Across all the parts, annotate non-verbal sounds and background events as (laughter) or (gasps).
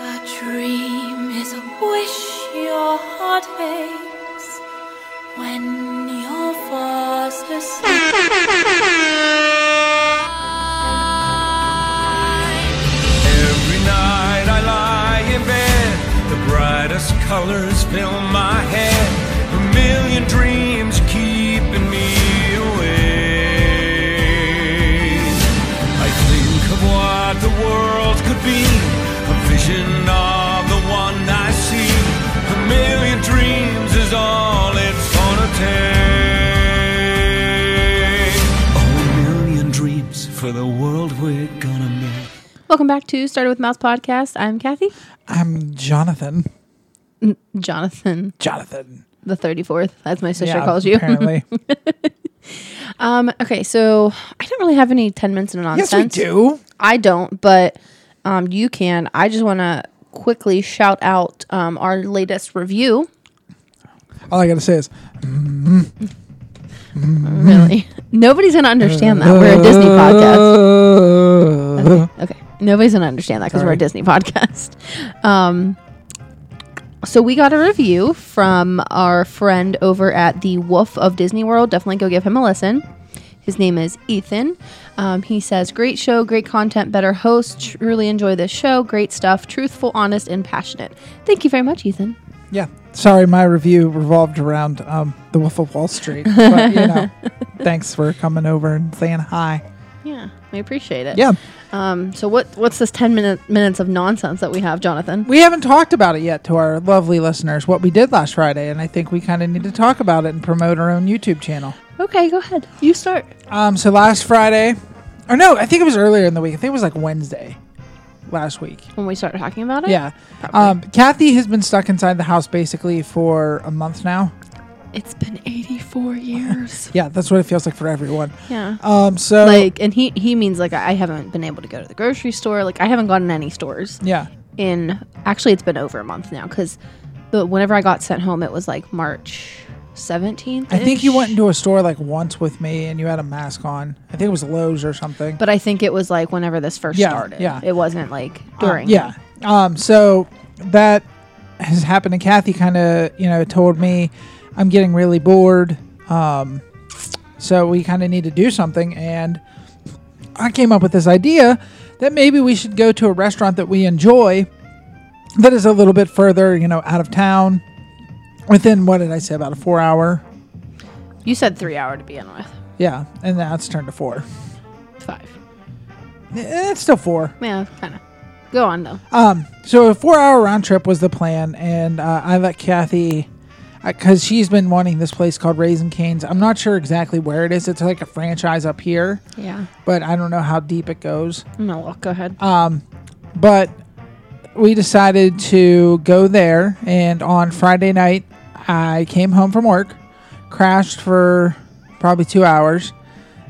A dream is a wish your heart aches when you're fast asleep. Every night I lie in bed, the brightest colors fill my head, a million dreams keeping me awake. I think of what the world could be, a vision of the one I see. A million dreams is all it's gonna take. A million dreams for the world we're gonna make. Welcome back to Started with Mouse podcast. I'm Kathy. I'm Jonathan. Jonathan, Jonathan. the 34th, as my sister Yeah, calls you. Apparently. Um, (laughs) okay, so I don't really have any 10 minutes of nonsense. yes, we do. I don't, but um, you can. I just want to quickly shout out um, our latest review. All I gotta say is Mm-hmm. Really? (laughs) Nobody's going to understand that. We're a Disney podcast. Uh, Okay. Nobody's going to understand that because we're a Sorry. Disney podcast. Um, so we got a review from our friend over at the Wolf of Disney World. Definitely go give him a listen. His name is Ethan. Um, he says, Great show, great content, better host. Truly enjoy this show. Great stuff. Truthful, honest, and passionate. Thank you very much, Ethan. Yeah. Sorry, my review revolved around um, the Wolf of Wall Street. But (laughs) you know, thanks for coming over and saying hi. Yeah, we appreciate it. Yeah. Um, so what what's this 10 minute, minutes of nonsense that we have, Jonathan? We haven't talked about it yet to our lovely listeners, what we did last Friday, and I think we kinda need to talk about it and promote our own YouTube channel. Okay, go ahead. You start. Um, so last Friday or no, I think it was earlier in the week. I think it was like Wednesday last week. When we start talking about it? Yeah. Um, Kathy has been stuck inside the house basically for a month now. It's been 84 years. Yeah, that's what it feels like for everyone. yeah. Um, so Like, and he, he means like I haven't been able to go to the grocery store. Like, I haven't gone in any stores yeah, in, actually, it's been over a month now because the whenever I got sent home, it was like March 17th. I think you went into a store like once with me, and you had a mask on. I think it was Lowe's or something. But I think it was like whenever this first Yeah, started. yeah. Uh, It wasn't like during. Yeah. Um, so that has happened, and Kathy kind of, you know, told me I'm getting really bored. Um, so we kind of need to do something, and I came up with this idea that maybe we should go to a restaurant that we enjoy, that is a little bit further, you know, out of town, within what did I say about a four hour? You said three hour to begin with. Yeah, and that's turned to four. Five. Eh, It's still four. Yeah, kind of. Go on though. Um, so a four-hour round trip was the plan, and uh, I let Kathy, because she's been wanting this place called Raisin Canes. I'm not sure exactly where it is. It's like a franchise up here, Yeah. but I don't know how deep it goes. No, well, go ahead. Uh, But we decided to go there, and on Friday night, I came home from work, crashed for probably two hours,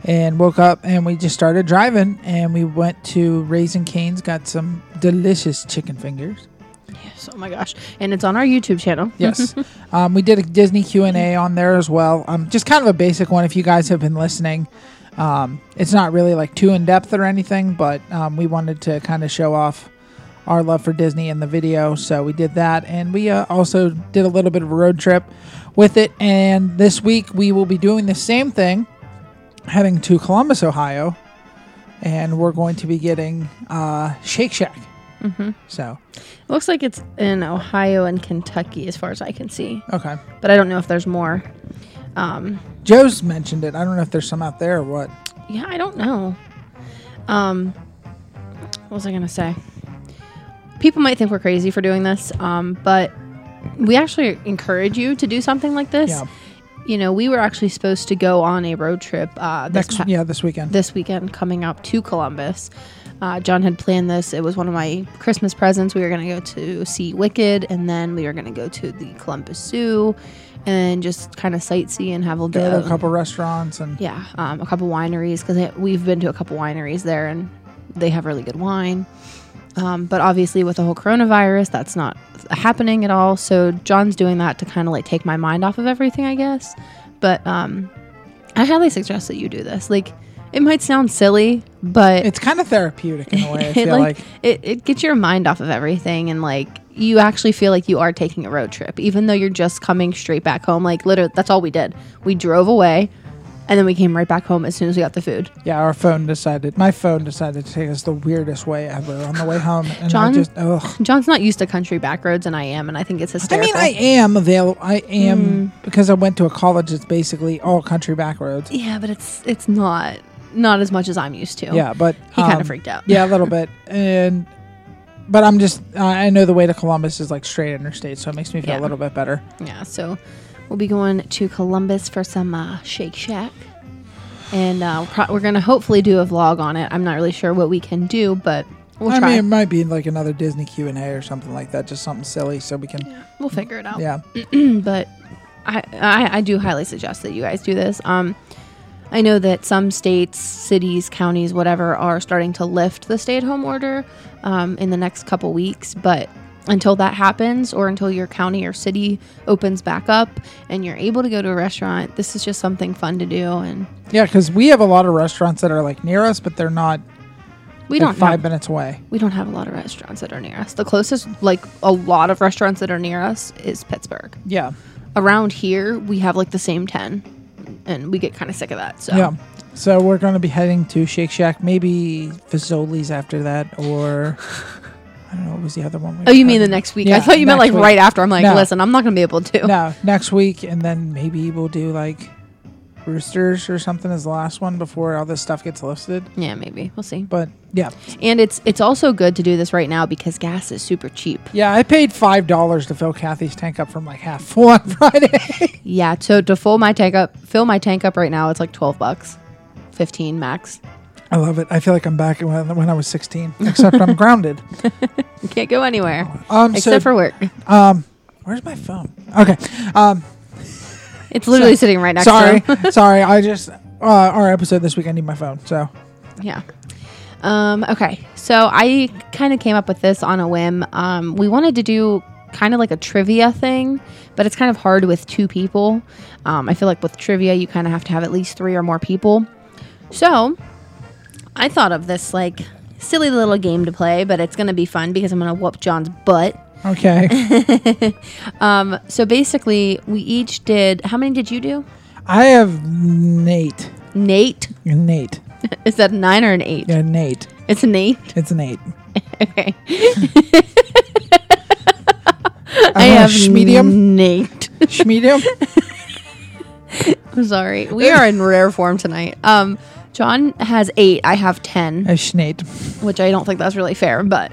and woke up, and we just started driving, and we went to Raisin Canes, got some delicious chicken fingers. yes. Oh my gosh. And it's on our YouTube channel. Yes, um, we did a Disney Q and A on there as well. Um, just kind of a basic one. If you guys have been listening, um, it's not really like too in depth or anything, but um, we wanted to kind of show off our love for Disney in the video, so we did that, and we uh, also did a little bit of a road trip with it. And this week we will be doing the same thing, heading to Columbus, Ohio, and we're going to be getting uh, Shake Shack. So Looks like it's in Ohio and Kentucky, as far as I can see. okay. But I don't know if there's more. Um, Joe's mentioned it. I don't know if there's some out there or what. yeah, I don't know. Um, what was I gonna say? People might think we're crazy for doing this, um, but we actually encourage you to do something like this. Yeah. You know, we were actually supposed to go on a road trip uh, this Next, pa- yeah, this weekend. this weekend coming up to Columbus. Uh, John had planned this. It was one of my Christmas presents. We were going to go to see Wicked, and then we were going to go to the Columbus Zoo and just kind of sightsee and have a Go little to a couple restaurants and yeah, um, a couple wineries because we've been to a couple wineries there, and they have really good wine. Um, but obviously, with the whole coronavirus, that's not happening at all. So John's doing that to kind of like take my mind off of everything, I guess. But um, I highly suggest that you do this. Like, it might sound silly, but It's kind of therapeutic in a (laughs) way. I it feel like, like, it, it gets your mind off of everything and like you actually feel like you are taking a road trip even though you're just coming straight back home like literally that's all we did we drove away and then we came right back home as soon as we got the food yeah, our phone decided. My phone decided to take us the weirdest way ever on the way home, and John- I just ugh. john's not used to country back roads and i am and i think it's I hysterical mean, I am available. I am because I went to a college that's basically all country back roads. yeah but it's it's not not as much as i'm used to Yeah, but He kinda um, freaked out. Yeah, a little bit, and but I'm just I I know the way to Columbus is like straight interstate, so it makes me feel Yeah. a little bit better. yeah so we'll be going to columbus for some uh, shake shack and uh, pro- we're gonna hopefully do a vlog on it i'm not really sure what we can do but we'll I try mean, it might be like another Disney Q and A or something like that, just something silly, so we can. Yeah, we'll figure it out but I, I I do highly suggest that you guys do this. Um, I know that some states, cities, counties, whatever, are starting to lift the stay-at-home order um, in the next couple weeks, but until that happens or until your county or city opens back up and you're able to go to a restaurant this is just something fun to do and yeah, because we have a lot of restaurants that are like near us, but they're not. we they're don't five have, minutes away. we don't have a lot of restaurants that are near us the closest like a lot of restaurants that are near us is pittsburgh Yeah, around here we have like the same 10 and we get kind of sick of that so yeah. So we're going to be heading to Shake Shack, maybe Fazoli's after that, or I don't know what was the other one. we Oh, were you mean the having? next week? I Um, Yeah, thought you meant like next week. right after. I'm like, No. listen, I'm not gonna be able to. No, next week, and then maybe we'll do like Roosters or something as the last one before all this stuff gets listed. Yeah, maybe we'll see. But yeah, And it's it's also good to do this right now because gas is super cheap. yeah, I paid five dollars to fill Kathy's tank up from like half full (laughs) on Friday. Yeah, so to fill my tank up, fill my tank up right now, it's like twelve bucks, fifteen max. I love it. I feel like I'm back when, when I was 16, except I'm (laughs) grounded. You can't go anywhere Um, except so, for work. where's my phone? Okay, um, (laughs) It's literally sitting right next. sorry, to him. (laughs) sorry. I just uh, our episode this week. I need my phone. So yeah. Um, okay, so I kind of came up with this on a whim. Um, we wanted to do kind of like a trivia thing, but it's kind of hard with two people. Um, I feel like with trivia, you kind of have to have at least three or more people. So I thought of this like silly little game to play, but it's going to be fun because I'm going to whoop John's butt. (laughs) okay, Um, so basically, we each did how many did you do? I have Nate. Nate. Nate. Is that a nine or an eight? Yeah, Nate. It's an eight. It's an eight. (laughs) Okay. I have (laughs) Schmedium. Nate. (laughs) Schmedium. I'm (laughs) sorry. We are in rare form tonight. Um, John has eight. I have ten, A Schnate. which I don't think that's really fair, but,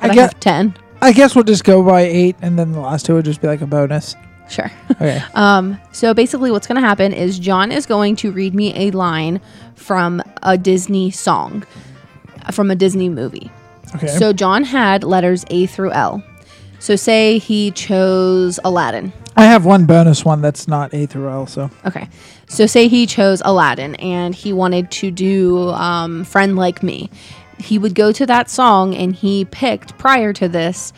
but I, guess have ten. I guess we'll just go by eight, and then the last two would just be like a bonus. Sure. Okay. (laughs) Um, so basically, what's going to happen is John is going to read me a line from a Disney song, from a Disney movie. Okay. So John had letters A through L. So say he chose Aladdin. I have one bonus one that's not A through L. So Okay. So say he chose Aladdin and he wanted to do um, Friend Like Me. He would go to that song and he picked prior to this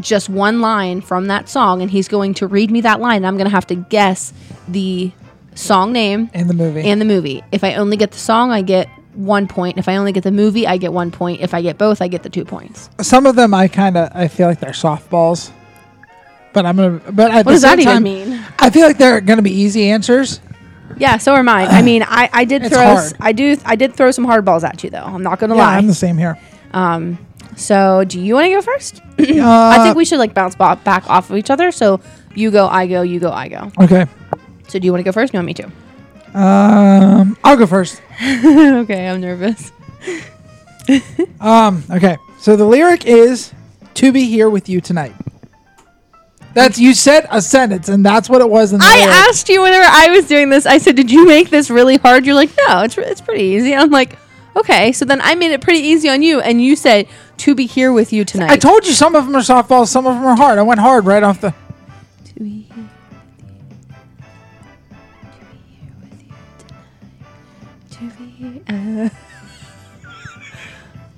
just one line from that song and he's going to read me that line. I'm going to have to guess the song name in the movie. and the movie. If I only get the song, I get one point. If I only get the movie, I get one point. If I get both, I get the two points. Some of them I kind of I feel like they're softballs, but I'm gonna. But at What the does that same even time, mean? I feel like they're gonna be easy answers. Yeah, so am I. I mean, I, I did It's throw s- hard. I do I did throw some hard balls at you though. I'm not going to Yeah, lie. I'm the same here. So, do you want to go first? (clears throat) I Uh, think we should like bounce bo- back off of each other. So, you go, I go, you go, I go. Okay. So, do you want to go first? No, me too. Um, I'll go first. okay, I'm nervous. Um, okay. So the lyric is "To be here with you tonight." That's you said a sentence, and that's what it was in the I lyric. asked you whenever I was doing this. I said, "Did you make this really hard?" You're like, "No, it's re- it's pretty easy." I'm like, "Okay." So then I made it pretty easy on you, and you said to be here with you tonight. I told you some of them are softballs, some of them are hard. I went hard right off the. to be here with you. To be here with you tonight. To be. Uh,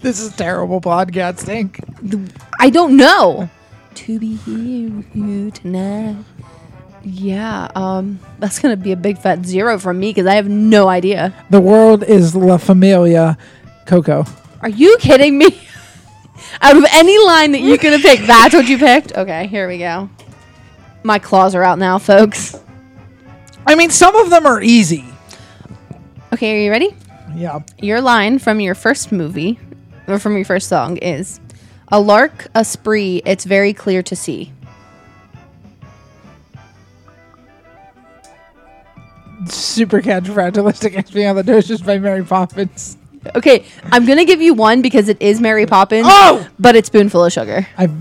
This is terrible podcasting. I don't know. to be here with you tonight. Yeah, um, that's gonna be a big fat zero from me because I have no idea. The world is La Familia Coco. Are you kidding me? (laughs) out of any line that you could have picked, that's what you picked. Okay, here we go. My claws are out now, folks. I mean, some of them are easy. Okay, are you ready? Yeah. Your line from your first movie or from your first song is a lark, a spree, it's very clear to see. Super (laughs) Supercalifragilistic Expialidocious by Mary Poppins. Okay, I'm gonna give you one because it is Mary Poppins. Oh! But it's spoonful of sugar. I've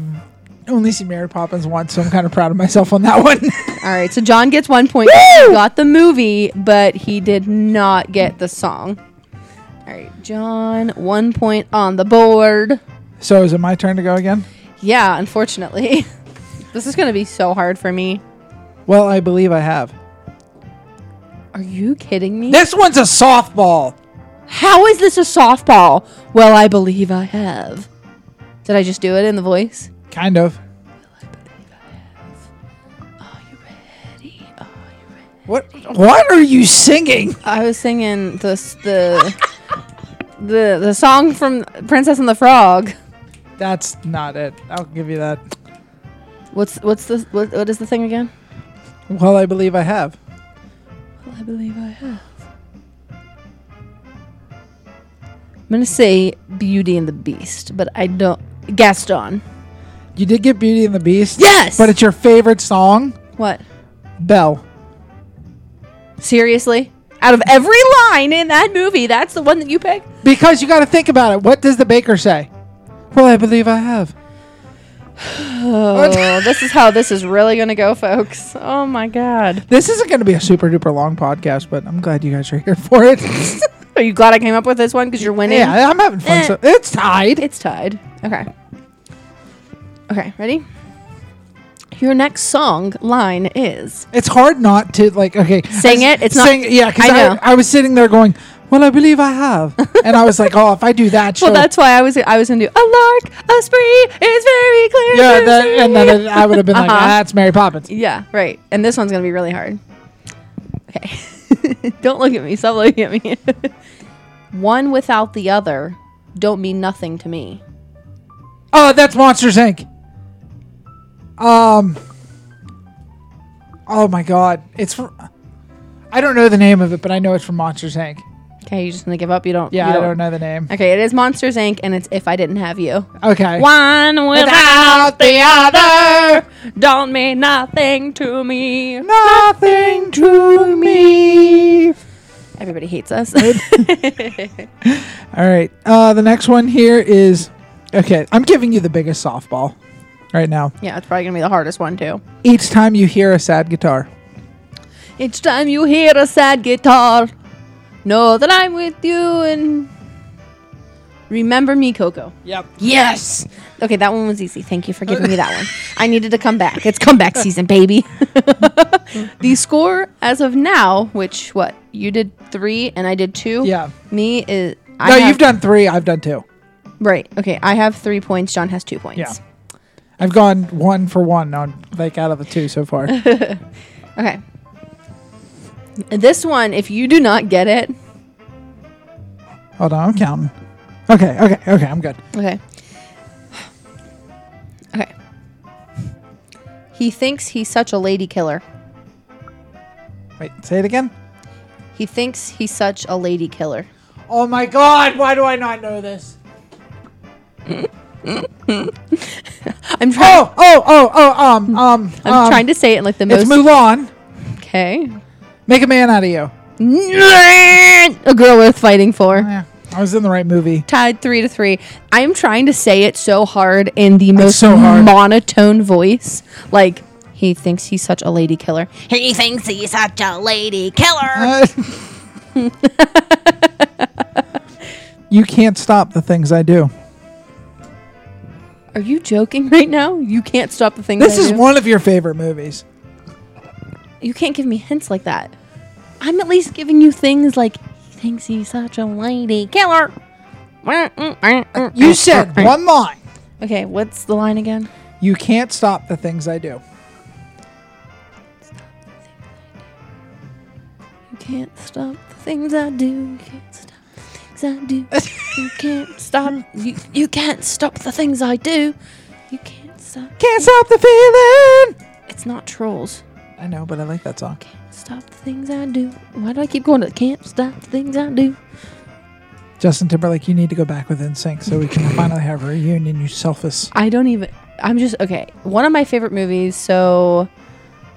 only seen Mary Poppins once, so I'm kind of proud of myself on that (laughs) one. All right, so John gets one point. 'cause He got the movie, but he did not get the song. All right, John, one point on the board. so is it my turn to go again? Yeah, unfortunately. (laughs) this is gonna be so hard for me. Well, I believe I have. Are you kidding me? This one's a softball. How is this a softball? Well, I believe I have. Did I just do it in the voice? Kind of. Are you ready? Are you ready? What What are you singing? I was singing the s- the the the song from Princess and the Frog. That's not it. I'll give you that. What's what's the what, what is the thing again? Well, I believe I have. Well, I believe I have. I'm gonna say Beauty and the Beast, but I don't. Gaston. You did get Beauty and the Beast. Yes! But it's your favorite song, What? Belle. Seriously? Out of every line in that movie, that's the one that you pick? Because you got to think about it. What does the baker say? Well, I believe (sighs) I have. (laughs) Oh, this is how this is really gonna go, folks. Oh my god. This isn't going to be a super duper long podcast, but I'm glad you guys are here (laughs) for it. Are you glad I came up with this one? Because you're winning. yeah, I'm having fun. Eh. So it's tied. It's tied. Okay. Okay, ready? Your next song line is It's hard not to like. Okay, Sing I- it? It's not- sing- Yeah, because I I, know. I, was sitting there going, "Well, I believe (laughs) I have," and I was like, "Oh, if I do that, she'll-" Well, that's why I was I was gonna do a lark, a spree is very clear. yeah." to That, see." and then (laughs) it, I would have been like, Uh-huh. ah, "That's Mary Poppins." yeah, right. And this one's gonna be really hard. Okay, (laughs) don't look at me. Stop looking at me. (laughs) One without the other don't mean nothing to me. Oh, that's Monsters Inc. Um. Oh my God, it's from. I don't know the name of it, but I know it's from Monsters Inc. Okay, you're just gonna give up. You don't. Yeah, you I don't know the name. Okay, it is Monsters Inc. and it's If I Didn't Have You. Okay. One without the other don't mean nothing to me. Nothing to me. Everybody hates us. (laughs) All right. Uh, the next one here is okay. I'm giving you the biggest softball right now. yeah, it's probably gonna be the hardest one too. Each time you hear a sad guitar, Each time you hear a sad guitar, know that I'm with you and remember me, Coco. Yep. Yes. Okay, that one was easy. Thank you for giving me that (laughs) one. I needed to come back. It's comeback season, baby. (laughs) the score as of now, which what you did three and I did two. Yeah. Me is. no, I have- you've done three. I've done two. right. Okay, I have three points. John has two points. Yeah. I've gone one for one on like out of the two so far. Okay. This one, if you do not get it, Hold on, I'm counting. Okay, okay, okay. I'm good. Okay. Okay. He thinks he's such a lady killer. Wait, say it again. He thinks he's such a lady killer. Oh my God! Why do I not know this? I'm trying. Oh, oh, oh, oh. Um, um. I'm um, trying to say it in like the It's most. Mulan. okay. Make a man out of you. a girl worth fighting for. Yeah, I was in the right movie. Tied three to three. I am trying to say it so hard in the most so hard. monotone voice. Like he thinks he's such a lady killer. He thinks he's such a lady killer. Uh, (laughs) you can't stop the things I do. Are you joking right now? You can't stop the things. This I is do. one of your favorite movies. You can't give me hints like that. I'm at least giving you things like he thinks he's such a lady killer. You said one line. Okay, what's the line again? You can't stop the things I do. You can't stop the things I do. You can't stop the things I do. You can't stop. You, you can't stop the things I do. You can't stop. Can't stop the feeling. It's not trolls. I know, but I like that song. Can't stop the things I do. Why do I keep going to can't stop the things I do? Justin Timberlake, you need to go back with NSYNC so we (laughs) can finally have a reunion. You selfish. I don't even. I'm just okay. One of my favorite movies. So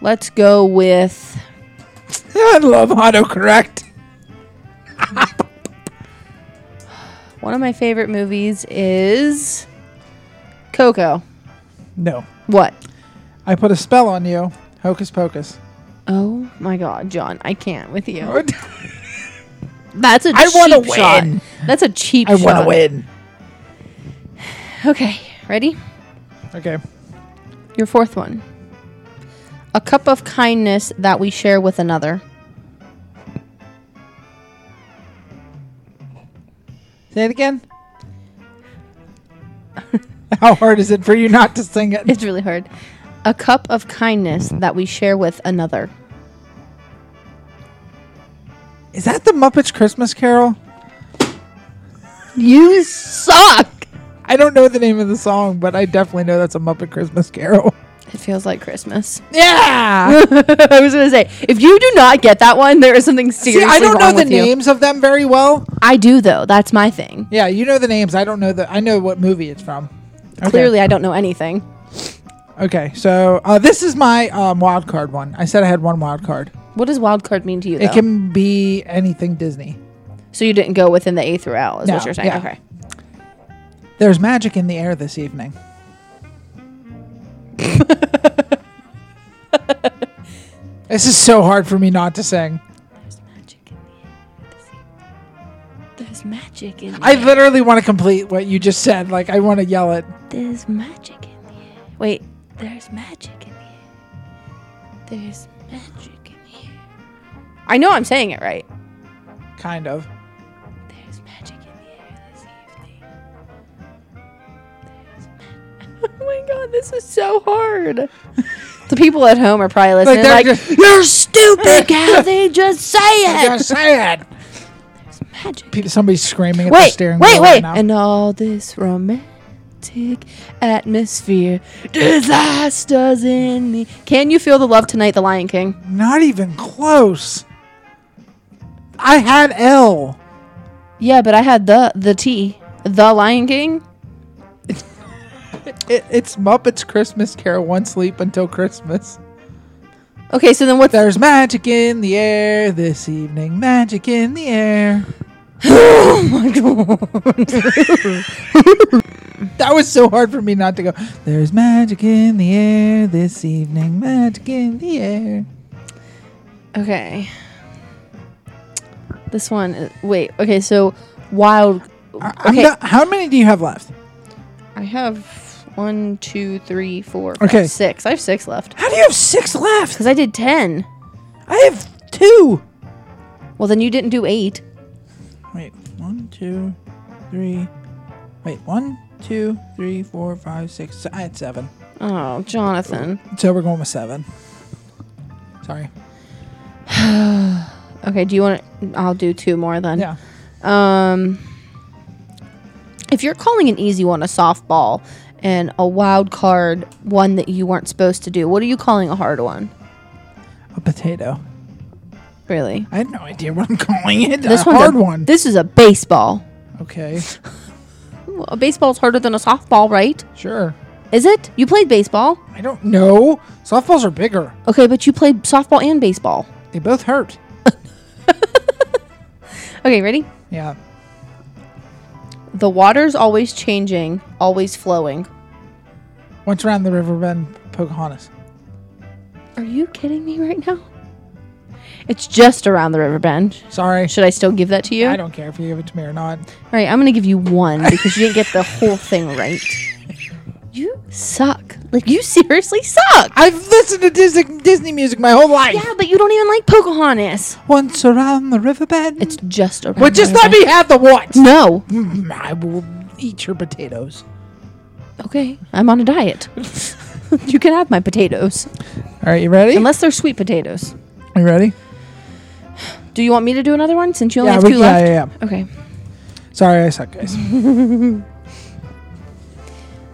let's go with. (laughs) I love autocorrect. One of my favorite movies is Coco. No, What? I put a spell on you. Hocus pocus. Oh my god, John, I can't with you. That's a I wanna cheap shot. win. That's a cheap (laughs) I shot. want to win. Okay, ready? Okay. Your fourth one. A cup of kindness that we share with another. (laughs) Say it again. (laughs) How hard is it for you not to sing it? It's really hard. A cup of kindness that we share with another. Is that the Muppets Christmas Carol? You suck. I don't know the name of the song, but I definitely know that's a Muppet Christmas Carol. It feels like Christmas. (laughs) Yeah. I was gonna say, if you do not get that one, there is something (laughs) See, seriously I don't know wrong the with you. names of them very well. I do though. That's my thing. Yeah, you know the names. I don't know the. I know what movie it's from. Okay. Clearly, I don't know anything. Okay, so uh, this is my um, wild card one. I said I had one wild card. What does wild card mean to you? Though? It can be anything Disney. so you didn't go within the A through L, is No, what you're saying? yeah. Okay. There's magic in the air this (laughs) evening. this is so hard for me not to sing. There's magic in the air. There's magic in the I literally want to complete what you just said. Like I want to yell it. There's magic in the air. Wait, there's magic in the air. There's magic in the air. I know I'm saying it right. Kind of. There's magic in the air this evening. (laughs) Oh my god, this is so (laughs) hard. the people at home are probably Like listening. they're Like, just. You're stupid, Cal. they just say (laughs) it. just say it. Magic. People, somebody's screaming at the wait, steering wait, wheel wait, right now. and all this romantic atmosphere, disasters in me. Can you feel the love tonight, The Lion King? Not even close. I had L. Yeah, but I had the the T, The Lion King. It, it's Muppets Christmas Carol. One sleep until Christmas. Okay, so then what? There's magic in the air this evening. Magic in the (gasps) air. (laughs) That was so hard for me not to go. There's magic in the air this evening. Magic in the air. Okay. This one. i- Wait. Okay. So wild. I- Uh, I'm Okay. not- how many do you have left? I have one, two, three, four, five, Okay. six. I have six left How do you have six left? because I did ten. I have two. Well, then you didn't do eight. Wait, one, two, three. Wait, one, two, three, four, five, six. se- I had seven. Oh, Jonathan. So we're going with seven. Sorry. Okay. Do you want? to I'll do two more then. Yeah. Um, if you're calling an easy one a softball and a wild card one that you weren't supposed to do, what are you calling a hard one? A potato. Really? I had no idea what I'm calling it. This a one's hard a, one. This is a baseball. okay. Well, A baseball's harder than a softball, right? Sure. Is it? You played baseball. I don't know. Softballs are bigger. Okay, but you played softball and baseball. They both hurt. Okay, ready? Yeah. The water's always changing, always flowing. Once around the river bend, Pocahontas. Are you kidding me right now? It's just around the river bend. Sorry. Should I still give that to you? I don't care if you give it to me or not. All right, I'm going to give you one because you didn't get the whole thing right. You suck. Like you seriously suck. I've listened to Disney, Disney music my whole life. Yeah, but you don't even like Pocahontas. Once around the riverbed. It's just around. well, just the let me river. have the what? No. Mm, I will eat your potatoes. Okay, I'm on a diet. (laughs) you can have my potatoes, All right, you ready? unless they're sweet potatoes. you ready? Do you want me to do another one since you only Yeah, have we, two yeah, left? Mm-hmm. yeah, yeah. Okay. Sorry, I suck, guys.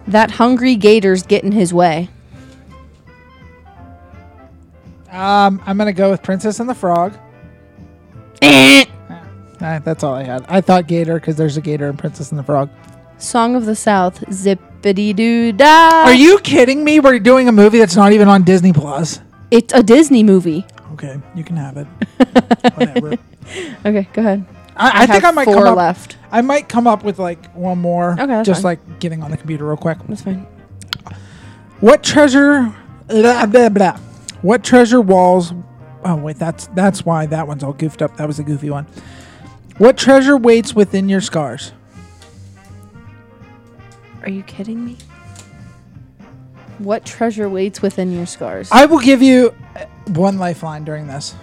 That hungry gator's getting his way. Um, I'm gonna go with Princess and the (laughs) Frog. Nah, that's all I had. I thought Gator because there's a Gator in Princess and the Frog. Song of the South, zippity doo dah. Are you kidding me? We're doing a movie that's not even on Disney Plus. It's a Disney movie. Okay, you (laughs) can have it. Whatever. Okay, go ahead. I, I, think have I might four come up. left. I might come up with like one more. Okay, that's just fine. like getting on the computer real quick. That's fine. What treasure? Blah, blah, blah. What treasure walls? Oh wait, that's that's why that one's all goofed up. That was a goofy one. What treasure waits within your scars? Are you kidding me? What treasure waits within your scars? I will give you uh, one lifeline during this.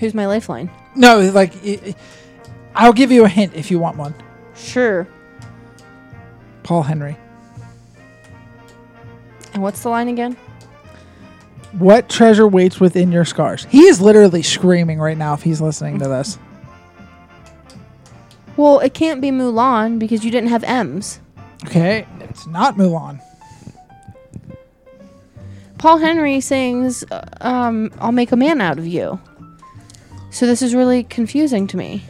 Who's my lifeline? No, like i- i- I'll give you a hint if you want one. Sure. Paul Henry. And what's the line again? What treasure waits within your scars? He is literally screaming right now if he's listening to this. Well, it can't be Mulan because you didn't have M's. Okay, it's not Mulan. Paul Henry sings, uh, um, I'll make a man out of you. So this is really confusing to me.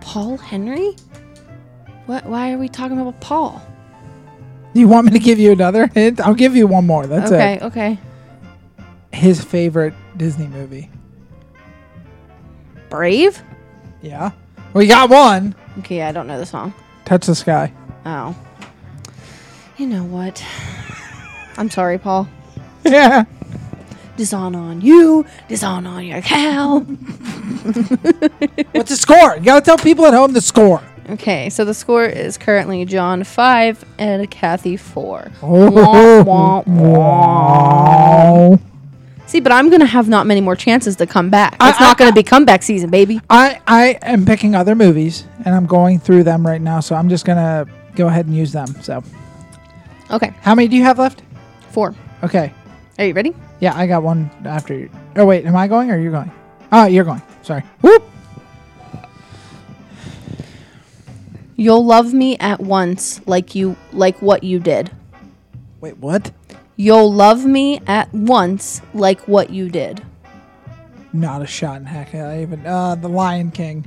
Paul Henry? What? Why are we talking about Paul? Do you want me to give you another hint? I'll give you one more. That's okay, it. okay. His favorite Disney movie. Brave? Yeah. We got one. Okay, I don't know the song. Touch the sky. (laughs) Oh. You know what? I'm sorry, Paul. Yeah. Dishonor on you, dishonor on your cow. What's the score? You gotta tell people at home the score. Okay, so the score is currently John 5 and Kathy 4. Wah, wah, wah. Oh. See, but I'm going to have not many more chances to come back. I- It's I- not going to be comeback season, baby. I I am picking other movies and I'm going through them right now, so I'm just gonna go ahead and use them. So Okay, how many do you have left? 4. Okay. Are you ready? Yeah, I got one after you. Oh wait, am I going or you're going? Oh, you're going. Sorry. Whoop. You'll love me at once like you like what you did. Wait, what? You'll love me at once like what you did. Not a shot in heck. I even uh the Lion King.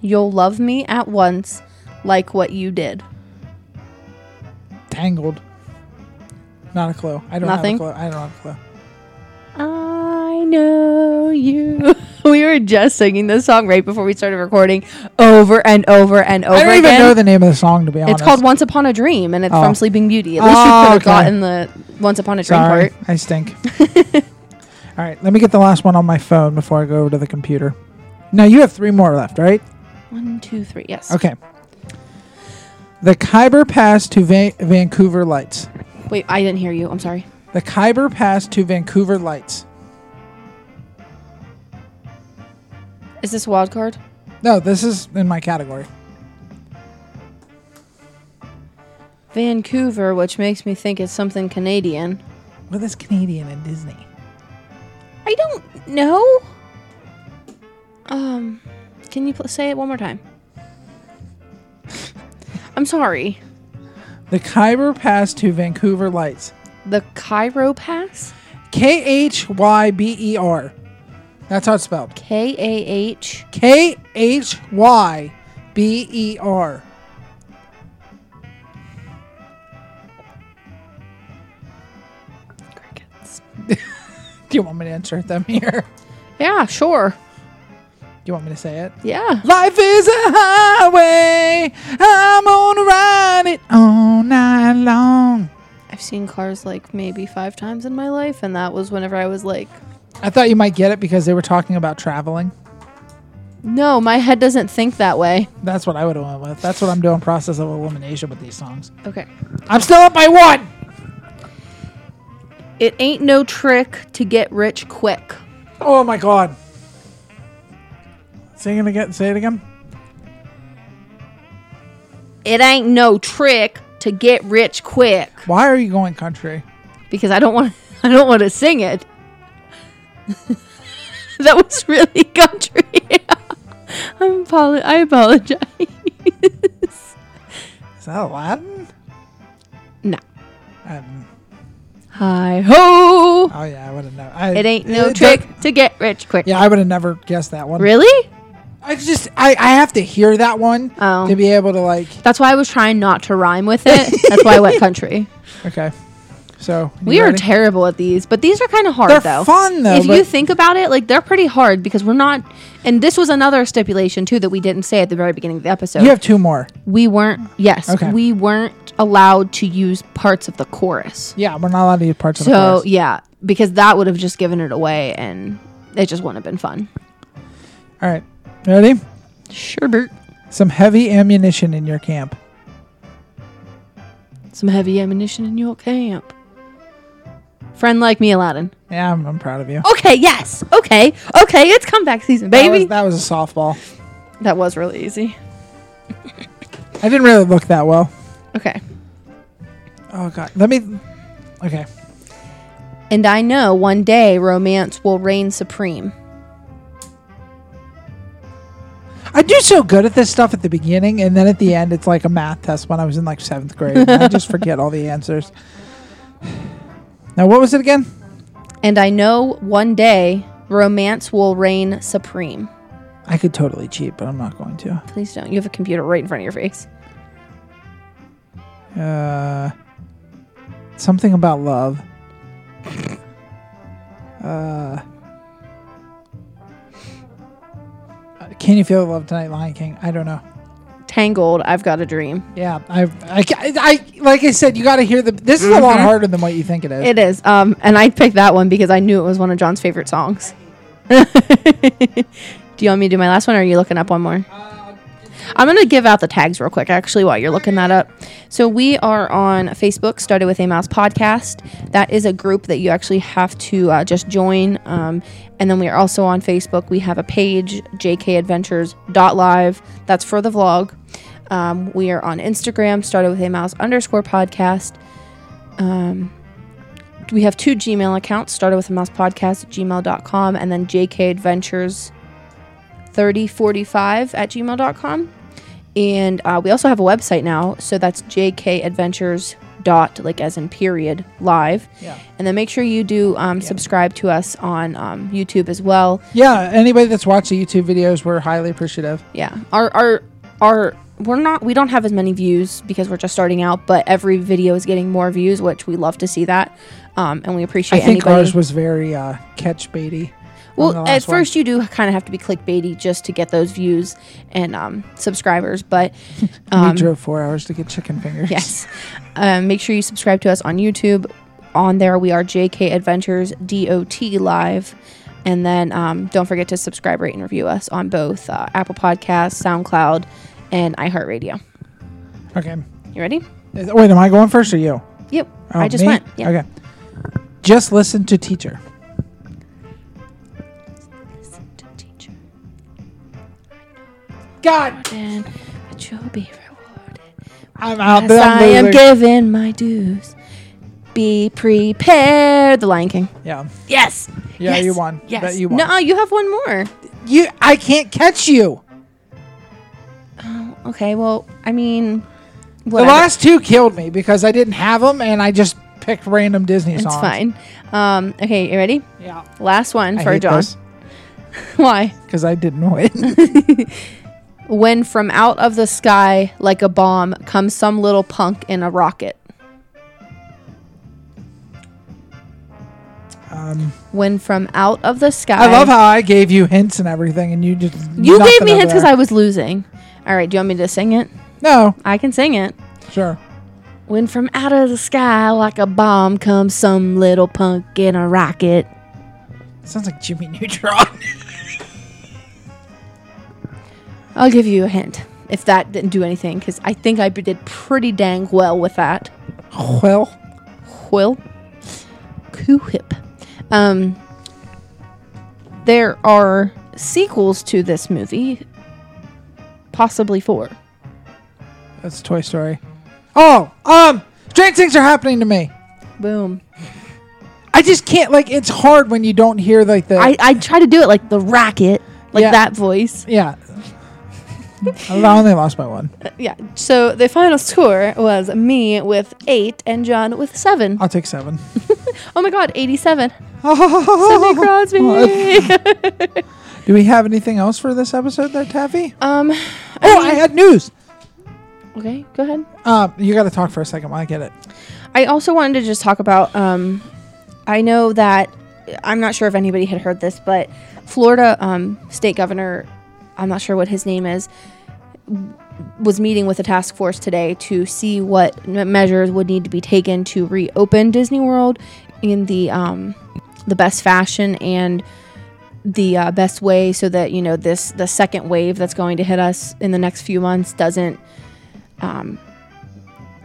You'll love me at once like what you did. Tangled. Not a clue. I don't Nothing? have a clue. I don't have a clue. I know you. (laughs) we were just singing this song right before we started recording over and over and over I don't again. even know the name of the song to be honest. it's called Once Upon a Dream and it's Oh. from Sleeping Beauty. At least you Oh, could have okay. gotten the Once Upon a Dream Sorry, part. I stink. All right, let me get the last one on my phone before I go over to the computer. Now you have three more left, right? One, two, three. Yes. Okay. The Khyber Pass to Va- Vancouver Lights. Wait, I didn't hear you. I'm sorry. The Khyber Pass to Vancouver Lights. Is this a wild card? No, this is in my category. Vancouver, which makes me think it's something Canadian. Well, that's Canadian and Disney. I don't know. Um, can you pl- say it one more time? (laughs) I'm sorry. The Khyber Pass to Vancouver Lights. The Cairo Pass? K H Y B E R. That's how it's spelled. K A H. K H Y B E R. Crickets. Do you want me to insert them (laughs) here? Yeah, sure. Do you want me to say it? Yeah. Life is a highway. I'm gonna ride it all night long. I've seen cars like maybe five times in my life, and that was whenever I was like, I thought you might get it because they were talking about traveling. No, my head doesn't think that way. That's what I would have went with. That's what I'm doing. Process of elimination with these songs. Okay. I'm still up by one. It ain't no trick to get rich quick. Oh my god. Sing it again. Say it again. It ain't no trick to get rich quick. Why are you going country? Because I don't want (laughs) I don't want to sing it. (laughs) that was really (laughs) country. I'm apolo- I apologize. (laughs) Is that Aladdin? No. Um, Hi ho! oh yeah, I would have never. I, It ain't no that- trick to get rich quick. Uh, yeah, I would have never guessed that one. Really? I just I, I have to hear that one Oh. to be able to like. That's why I was trying not to rhyme with (laughs) it. That's why I went country. Okay. So you We are ready? terrible at these, but these are kind of hard They're though. fun, though, If you but- think about it, like they're pretty hard because we're not. And this was another stipulation too that we didn't say at the very beginning of the episode. you have two more. we weren't. Yes, Okay. we weren't allowed to use parts of the chorus. Yeah, we're not allowed to use parts of the So chorus. yeah, because that would have just given it away, and it just wouldn't have been fun. All right, ready? Sure, Bert. Some heavy ammunition in your camp. Some heavy ammunition in your camp. Friend like me, Aladdin. Yeah, I'm, I'm proud of you. Okay, yes. Okay, okay. It's comeback season, Oh, baby. that was, that was a softball. that was really easy. I didn't really look that well. Okay. Oh god, let me. Okay, And I know one day romance will reign supreme. I do so good at this stuff at the beginning, and then at the end, it's like a math test when I was in like seventh grade. and (laughs) I just forget all the answers. Now, what was it again? And I know one day romance will reign supreme. I could totally cheat, but I'm not going to. Please don't. You have a computer right in front of your face. Uh, something about love. Uh, can you feel the love tonight, Lion King? I don't know. Tangled, I've got a dream. Yeah, I, I, I, I like I said, you got to hear the. This is a lot harder than what you think it is. Mm-hmm. It is. Um, and I picked that one because I knew it was one of John's favorite songs. (laughs) do you want me to do my last one or are you looking up one more? I'm going to give out the tags real quick, actually, while you're looking that up. So, we are on Facebook, started with a mouse podcast. That is a group that you actually have to uh, just join. Um, and then we are also on Facebook. We have a page, jkadventures.live. That's for the vlog. Um, we are on Instagram, started with a mouse underscore podcast. Um, we have two Gmail accounts, started with a mouse podcast at gmail.com and then jkadventures 3045 at gmail.com. And uh, we also have a website now. So that's jkadventures dot like as in period live Yeah. and then make sure you do um, subscribe to us on um, youtube as well Yeah, anybody that's watched the YouTube videos, we're highly appreciative. yeah our our our we're not we don't have as many views because we're just starting out but every video is getting more views which we love to see that um, and we I appreciate think anybody ours was very uh, catch baity. on the Well, at last one. first you do kind of have to be clickbaity just to get those views and um, subscribers, but we drove four hours to get chicken fingers. um, yes, (laughs) um, make sure you subscribe to us on YouTube. On there, we are JK Adventures DOT Live, and then um, don't forget to subscribe, rate, and review us on both uh, Apple Podcasts, SoundCloud, and iHeartRadio. Okay. You ready? Is- Wait, am I going first or you? Yep, Oh, I just me? went. Yeah. Okay. Just listen to teacher. Teacher, God, then, but you'll be rewarded. I'm out. As I am given my dues. Be prepared. The Lion King. yeah. Yes. Yeah, Yes. you won. Yes. That you won. No, you have one more. You, I can't catch you. Okay. Well, I mean, The whatever. last two killed me because I didn't have them and I just picked random Disney It's songs. fine. Um, okay, you ready? Yeah. Last one I for hate John. (laughs) Why? because I (laughs) didn't win. When from out of the sky, like a bomb, comes some little punk in a rocket. um, When from out of the sky. I love how I gave you hints and everything, and you just you gave me hints because I was losing. All right. Do you want me to sing it? no I can sing it. sure. When from out of the sky, like a bomb, comes some little punk in a rocket. Sounds like Jimmy Neutron. I'll give you a hint. If that didn't do anything, because I think I did pretty dang well with that. (laughs) Well, Quill. Q-Hip. Um, there are sequels to this movie, possibly four. that's Toy Story. Oh, um, strange things are happening to me. Boom. I just can't like. It's hard when you don't hear like the I, I try to do it like the racket, like Yeah. that voice. yeah. (laughs) I only lost by one. Yeah. So the final score was me with eight and John with seven. I'll take seven. Oh my God, 87. Sidney Crosby. Do we have anything else for this episode, there, Taffy? um, oh, I had news. okay, go ahead. Um, you got to talk for a second while I get it. I also wanted to just talk about. Um, I know that I'm not sure if anybody had heard this, but Florida um, state governor, I'm not sure what his name is, w- was meeting with a task force today to see what m- measures would need to be taken to reopen Disney World in the um, the best fashion and the uh, best way, so that you know this the second wave that's going to hit us in the next few months doesn't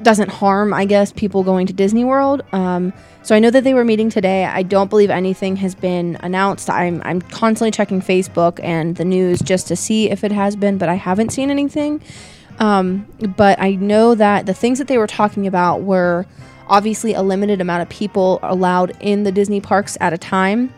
doesn't harm, I guess, people going to Disney World. Um, so I know that they were meeting today. I don't believe anything has been announced. I'm I'm constantly checking Facebook and the news just to see if it has been, but I haven't seen anything. Um, but I know that the things that they were talking about were obviously a limited amount of people allowed in the Disney parks at a time.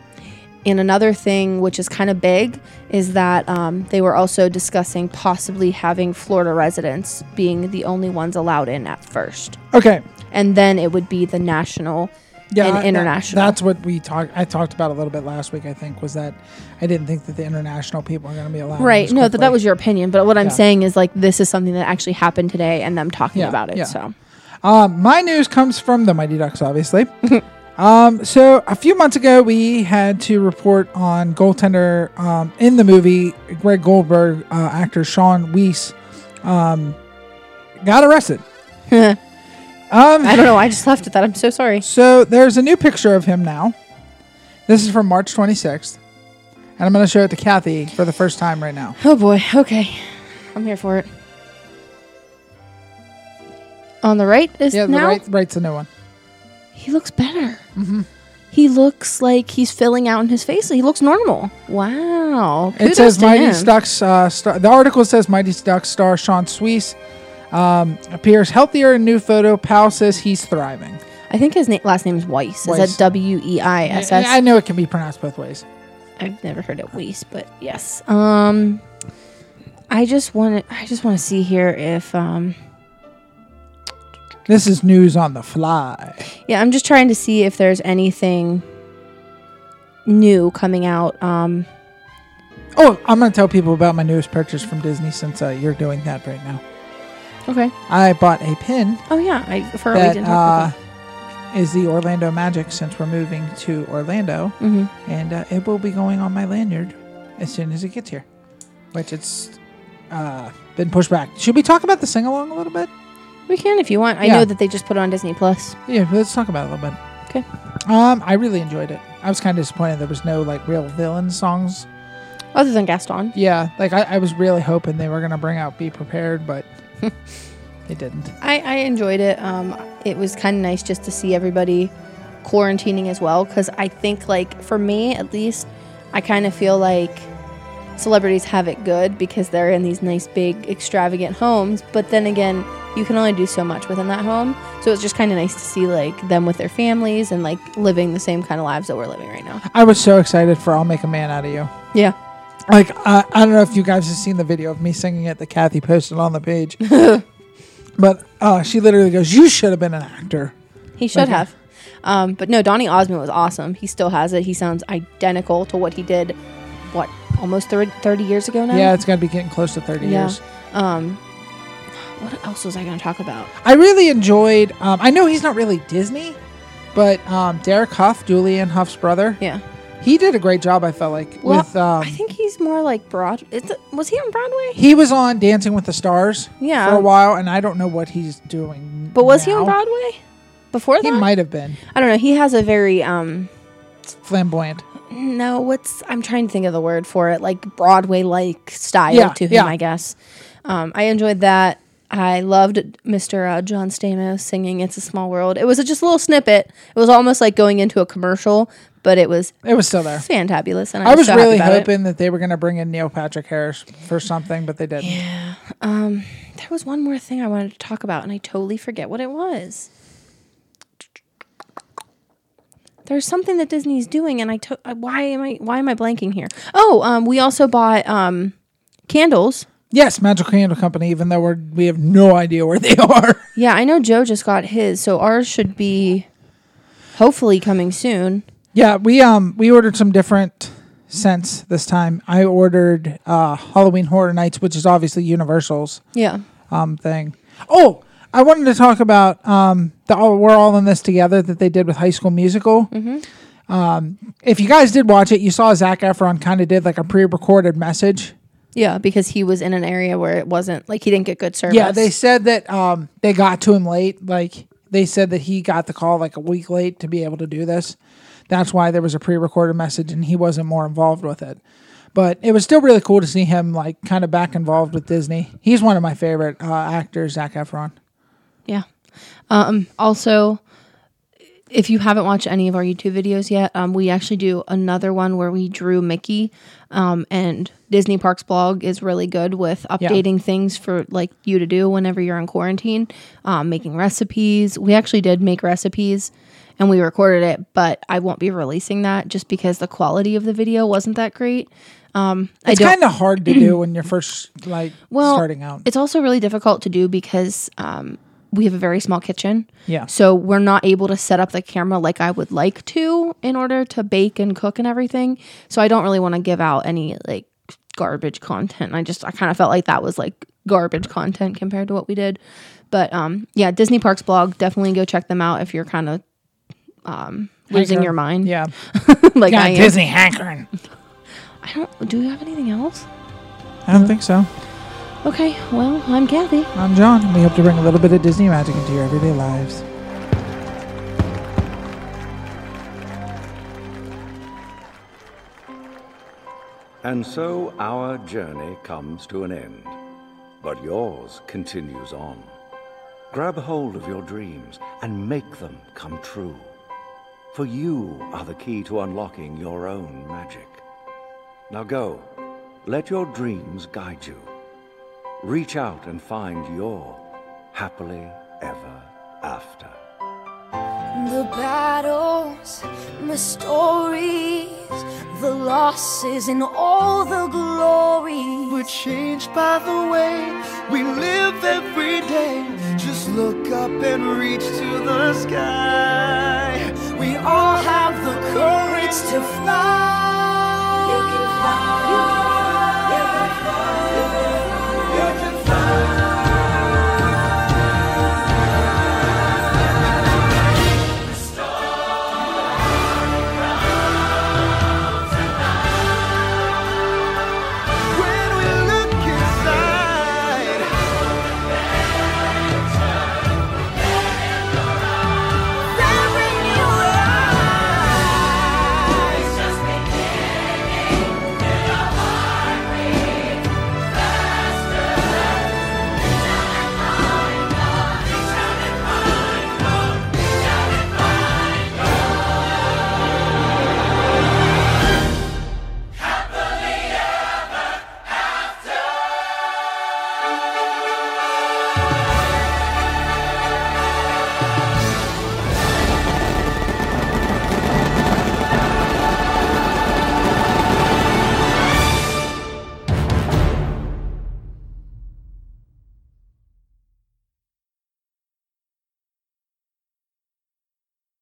And another thing, which is kind of big, is that um, they were also discussing possibly having Florida residents being the only ones allowed in at first. Okay. And then it would be the national I- and that- international. that's what we talked. I talked about a little bit last week. I think was that I didn't think that the international people are going to be allowed. in right. as No, that, that quickly. was your opinion. But what I'm Yeah. saying is like this is something that actually happened today and them talking Yeah, about it. yeah. So Um, my news comes from the Mighty Ducks, obviously. um, so a few months ago, we had to report on goaltender um, in the movie Greg Goldberg, uh, actor Sean Weiss, um, got arrested. um, I don't know. I just left it that. I'm so sorry. so there's a new picture of him now. This is from March 26th, and I'm going to show it to Kathy for the first time right now. Oh boy. Okay. I'm here for it. On the right is Yeah, the now. right, right's the new one. He looks better. Mm-hmm. He looks like he's filling out in his face. He looks normal. Wow. It Kudos says to Mighty him. Ducks. Uh, star, the article says Mighty Ducks star Sean Suisse um, appears healthier in new photo. Powell says he's thriving. I think his na- last name is Weiss. Is Weiss. that W E I S I- I S? know it can be pronounced both ways. I've never heard of Weiss, but yes. Um, I just want to. I just want to see here if. Um, This is news on the fly. yeah, I'm just trying to see if there's anything new coming out. Um, Oh, I'm going to tell people about my newest purchase from Disney since uh, you're doing that right now. okay. I bought a pin Oh yeah, I for we that didn't talk uh, is the Orlando Magic since we're moving to Orlando, about. hmm and uh, it will be going on my lanyard as soon as it gets here, which it's uh, been pushed back. Should we talk about the sing along a little bit? We can if you want. I Yeah. know that they just put it on Disney Plus. Yeah, let's talk about it a little bit. Okay. Um, I really enjoyed it. I was kind of disappointed there was no like real villain songs. Other than Gaston. Yeah, like I, I was really hoping they were gonna bring out "Be Prepared," (laughs) but they didn't. I, I enjoyed it. Um, it was kind of nice just to see everybody quarantining as well. Because I think, like, for me at least, I kind of feel like celebrities have it good because they're in these nice, big, extravagant homes. But then again, you can only do so much within that home. So it's just kind of nice to see, like, them with their families and, like, living the same kind of lives that we're living right now. I was so excited for "I'll Make a Man Out of You." Yeah. Like I I don't know if you guys have seen the video of me singing it that Kathy posted on (laughs) the page, but uh, she literally goes, "You should have been an actor." He should Okay. have. Um, but no, Donny Osmond was awesome. He still has it. He sounds identical to what he did, what, almost thir- 30 years ago now? Yeah, it's gonna be getting close to thirty Uh-huh. Yeah. years. Um, what else was I going to talk about? I really enjoyed. Um, I know he's not really Disney, but um, Derek Huff, Julian Huff's brother, Yeah. he did a great job. I felt like Well, with um, I think he's more like Broad. It's was he on Broadway? he was on Dancing with the Stars Yeah. for a while, and I don't know what he's doing. But was he now. on Broadway before that? He might have been I don't know. He has a very um. flamboyant. no, what's I'm trying to think of the word for it, like Broadway like style Yeah, to him, yeah. I guess. Um, I enjoyed that. I loved Mr. Uh, John Stamos singing "It's a Small World." It was a, just a little snippet. It was almost like going into a commercial, but it was It was still there. fantabulous. And i I was so really happy about it. hoping that they were going to bring in Neil Patrick Harris for something, but they didn't. There was one more thing I wanted to talk about, and I totally forget what it was. There's something that Disney's doing, and I to- I- why am I why am I blanking here? Oh, um, we also bought um, candles. Yes, Magical Candle Company. Even though we're we have no idea where they (laughs) are. Yeah, I know Joe just got his, so ours should be hopefully coming soon. Yeah, we um we ordered some different scents this time. I ordered uh Halloween Horror Nights, which is obviously Universal's Yeah, um thing. Oh, I wanted to talk about um the all we're all in this together that they did with High School Musical. Um, Mm-hmm. if you guys did watch it, you saw Zach Efron kind of did like a pre-recorded message. yeah, because he was in an area where it wasn't like he didn't get good service. Yeah, they said that um they got to him late. Like they said that he got the call like a week late to be able to do this. That's why there was a pre-recorded message and he wasn't more involved with it. But it was still really cool to see him like kind of back involved with Disney. He's one of my favorite uh, actors, Zach Efron. Yeah. Um, also, if you haven't watched any of our YouTube videos yet, um, we actually do another one where we drew Mickey. Um, and Disney Parks blog is really good with updating things for like you to do whenever you're in quarantine, um, making recipes. We actually did make recipes and we recorded it, but I won't be releasing that just because the quality of the video wasn't that great. Um, I It's don't, kind of hard to (clears throat) do when you're first like starting out. it's also really difficult to do because um, we have a very small kitchen. Yeah. So we're not able to set up the camera like I would like to in order to bake and cook and everything. So I don't really want to give out any like garbage content. I just I kind of felt like that was like garbage content compared to what we did. But um, yeah, Disney Parks blog definitely go check them out if you're kind of um, losing your mind. Yeah, (laughs) like I yeah, am. Disney hankering. I don't. Do we have anything else? I don't think so. Okay. Well, I'm Kathy. I'm John, and we hope to bring a little bit of Disney magic into your everyday lives. And so our journey comes to an end, but yours continues on. Grab hold of your dreams and make them come true. For you are the key to unlocking your own magic. Now go, let your dreams guide you. Reach out and find your happily ever after. The battles, the stories, the losses, and all the glory. We're changed by the way we live every day. Just look up and reach to the sky. We all have the courage to fly. You can fly, you can fly, you can fly, you can